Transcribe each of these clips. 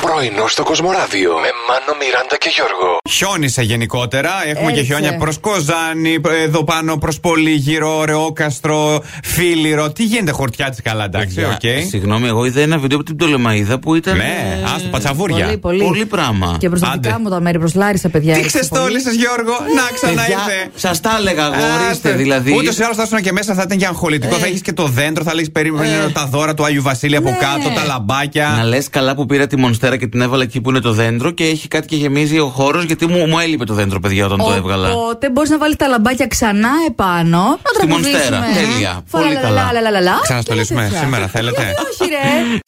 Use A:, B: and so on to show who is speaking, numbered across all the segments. A: Πρωινό στο Κοσμοράδιο με Μάνο, Μιράντα και Γιώργο.
B: Χιόνισε γενικότερα. Έχουμε
C: Έτσι.
B: και χιόνια προς Κοζάνη, εδώ πάνω προς Πολύγυρο, Ρεόκαστρο, Φίλιρο. Τι γίνεται, χορτιά της καλά, εντάξει, οκ.
D: Για- Συγγνώμη, εγώ είδα ένα βίντεο από την Πτολεμαίδα που ήταν.
B: Ναι,
D: ε,
B: άστο, πατσαβούρια.
C: Πολύ, πολύ.
D: Πολύ πράγμα.
C: Και προς τα δικά
B: Άντε.
C: μου τα μέρη, προς Λάρισα, παιδιά.
B: Τι
C: έτσι,
B: ξεστόλισε, Γιώργο, να ξαναήρθε.
D: Σας τα έλεγα, εγώ, ορίστε
B: Άντε.
D: δηλαδή.
B: Ούτε σε άλλο θα ήσουν και μέσα, θα ήταν και αγχολητικό. Θα έχεις και το δέντρο, θα λέει περίμενε τα δώρα του Άγιου Βασίλη από
C: Ε. Ναι.
B: κάτω, τα
D: Να
B: λαμπάκια.
D: λες καλά που πήρα τη μονστέρα και την έβαλα εκεί που είναι το δέντρο και έχει κάτι και γεμίζει ο χώρος γιατί μου, μου έλειπε το δέντρο, παιδιά, όταν το έβγαλα.
C: Οπότε μπορείς να βάλεις τα λαμπάκια ξανά επάνω. Να
D: Στη
C: τραγουδήσουμε.
D: Μονστέρα. Τέλεια.
C: Φαλα-
D: Πολύ καλά.
C: λα- λα- λα- λα- λα.
B: Ξαναστολίσουμε
C: Και τέτοια.
B: σήμερα, θέλετε?
C: Γιατί Όχι, ρε.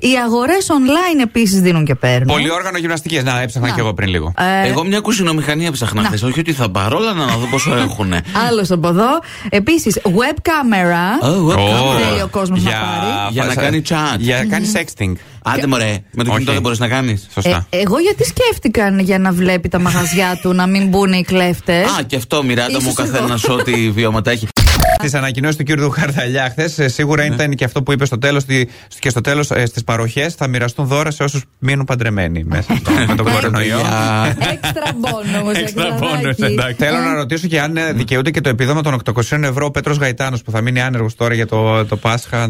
C: Οι αγορές online επίσης δίνουν και παίρνουν.
B: Πολύ όργανο γυμναστική. Να, έψαχνα
C: Να.
B: κι εγώ πριν λίγο.
C: Ε,
D: Εγώ μια κουσινομηχανία ψάχνα χθες, Όχι ότι θα πάρω, αλλά να δω πόσο έχουν.
C: Άλλος από εδώ. Επίσης, web
D: Ε,
C: camera. Ε,
B: Ω,
C: Θέλει ο κόσμος να
B: για-
C: πάρει.
D: Για να κάνει chat.
B: Για να κάνει sexting.
D: Άντε μωρέ, με το
B: Όχι.
D: κινητό δεν μπορείς να κάνεις.
B: Σωστά.
C: Ε, εγώ γιατί σκέφτηκαν για να βλέπει τα μαγαζιά του να μην μπουν οι κλέφτες.
D: Α, και αυτό μοιράτα μου
C: Ε, Ίσως εγώ.
D: καθένα ό,τι βιώματα έχει.
B: Στι ανακοινώσεις του κ. Χαρδαλιά χθες, σίγουρα
D: Ναι.
B: ήταν και αυτό που είπες στο τέλος και στο τέλος στις παροχές θα μοιραστούν δώρα σε όσους μείνουν παντρεμένοι μέσα στο- με τον κορονοϊό.
D: Α,
C: Έξτρα μπόνος
B: Έξτρα πόνος, εντάξει. Θέλω να ρωτήσω και αν ε, δικαιούται και το επίδομα των 800 ευρώ ο Πέτρος Γαϊτάνος που θα μείνει άνεργος τώρα για το, το Πάσχα.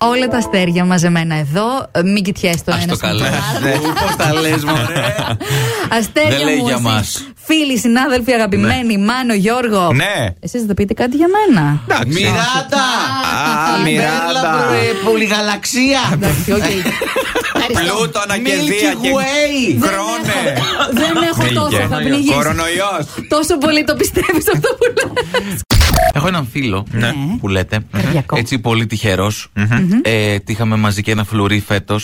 C: Όλα τα αστέρια μαζεμένα εδώ. Ε, Μην κοιτιέσαι το
D: Ας
C: ένα
D: το
C: στον
D: καλέ.
C: άλλον.
D: Πώς τα λες, μωρέ.
C: Αστέρια
D: Δεν λέει
C: μου,
D: για
C: εσείς,
D: μας.
C: Φίλοι, συνάδελφοι, αγαπημένοι, Μάνο, Γιώργο.
B: Ναι.
C: Εσείς θα πείτε κάτι για μένα.
D: Ναι. Μοιράτα!
B: Α, Μιράντα.
D: Πολυγαλαξία!
C: Εντάξει, οκ.
D: Ναι.
B: Πλούτονα και
D: Milky
B: Δία και
D: Way.
B: Κρόνε.
C: Δεν έχω τόσο, θα
B: Μύγε.
C: πνιγείς.
B: Κορονοϊός.
C: Τόσο πολύ το πιστεύεις αυτό που λες
D: Έχω έναν φίλο
B: Ναι.
D: που λέτε.
C: Καρδιακό.
D: Έτσι πολύ τυχερός. Ε, τι είχαμε μαζί και ένα φλουρί φέτος.
C: Α,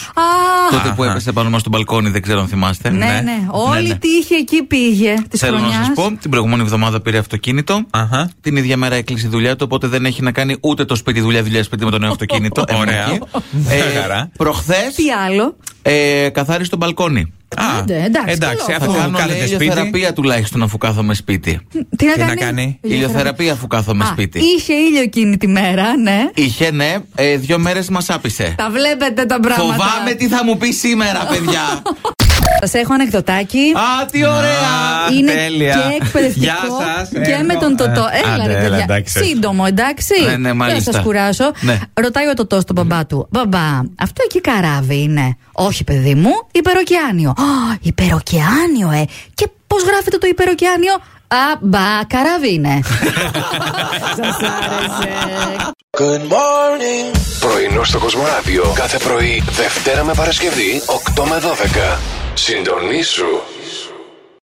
D: Τότε που έπεσε πάνω μας στο μπαλκόνι, δεν ξέρω αν θυμάστε.
C: ναι, ναι. Όλη
D: ναι.
C: τι είχε εκεί πήγε της
D: Θέλω να
C: χρονιά.
D: σα πω, την προηγούμενη εβδομάδα πήρε αυτοκίνητο.
B: Αχα.
D: Την ίδια μέρα έκλεισε η δουλειά του, οπότε δεν έχει να κάνει ούτε το σπίτι δουλειά, δουλειά σπίτι με το νέο αυτοκίνητο. Έμεινε
B: Ωραία.
D: εκεί.
B: Χαρά.
D: προχθές,
C: Τι άλλο.
D: ε, καθάρισε τον μπαλκόνι.
B: Α,
C: Άντε, εντάξει,
B: εντάξει,
C: καλό.
B: αφού
D: Θα κάνω
B: κάθεται
D: λέει,
B: σπίτι.
D: θεραπεία τουλάχιστον αφού κάθομαι σπίτι.
C: Τι να
B: Τι να
C: κάνει.
B: κάνει?
D: Ηλιοθεραπεία αφού κάθομαι
C: Α,
D: σπίτι.
C: Είχε ήλιο εκείνη τη μέρα, ναι.
D: Είχε, ναι, ε, δύο μέρες μας άπησε.
C: Τα βλέπετε τα πράγματα.
D: Φοβάμαι τι θα μου πει σήμερα, παιδιά.
C: Σας έχω ανεκδοτάκι.
D: Α, τι ωραία!
B: Α,
C: είναι
B: τέλεια.
C: και εκπαιδευτικό
B: Γεια σας,
C: και
B: έχω-
C: με τον Τωτό.
B: ε,
C: Έλα,
B: άντε,
C: ρε,
B: έλα,
C: παιδιά.
B: εντάξει.
C: Σύντομο, εντάξει.
D: Ναι, ναι, μάλιστα.
C: Δεν σας κουράσω.
D: Ναι.
C: Ρωτάει ο Τωτός τον μπαμπά του. Μπαμπά, αυτό εκεί καράβι είναι. Όχι, παιδί μου, υπεροκεάνιο. Α, υπεροκεάνιο, ε. Και πώς γράφεται το υπεροκεάνιο. Α, μπα, καράβι είναι. Σας άρεσε.
A: Πρωινό στο Κοσμοράδιο κάθε πρωί, Δευτέρα με Παρασκευή, 8 με 12. Συντονίσου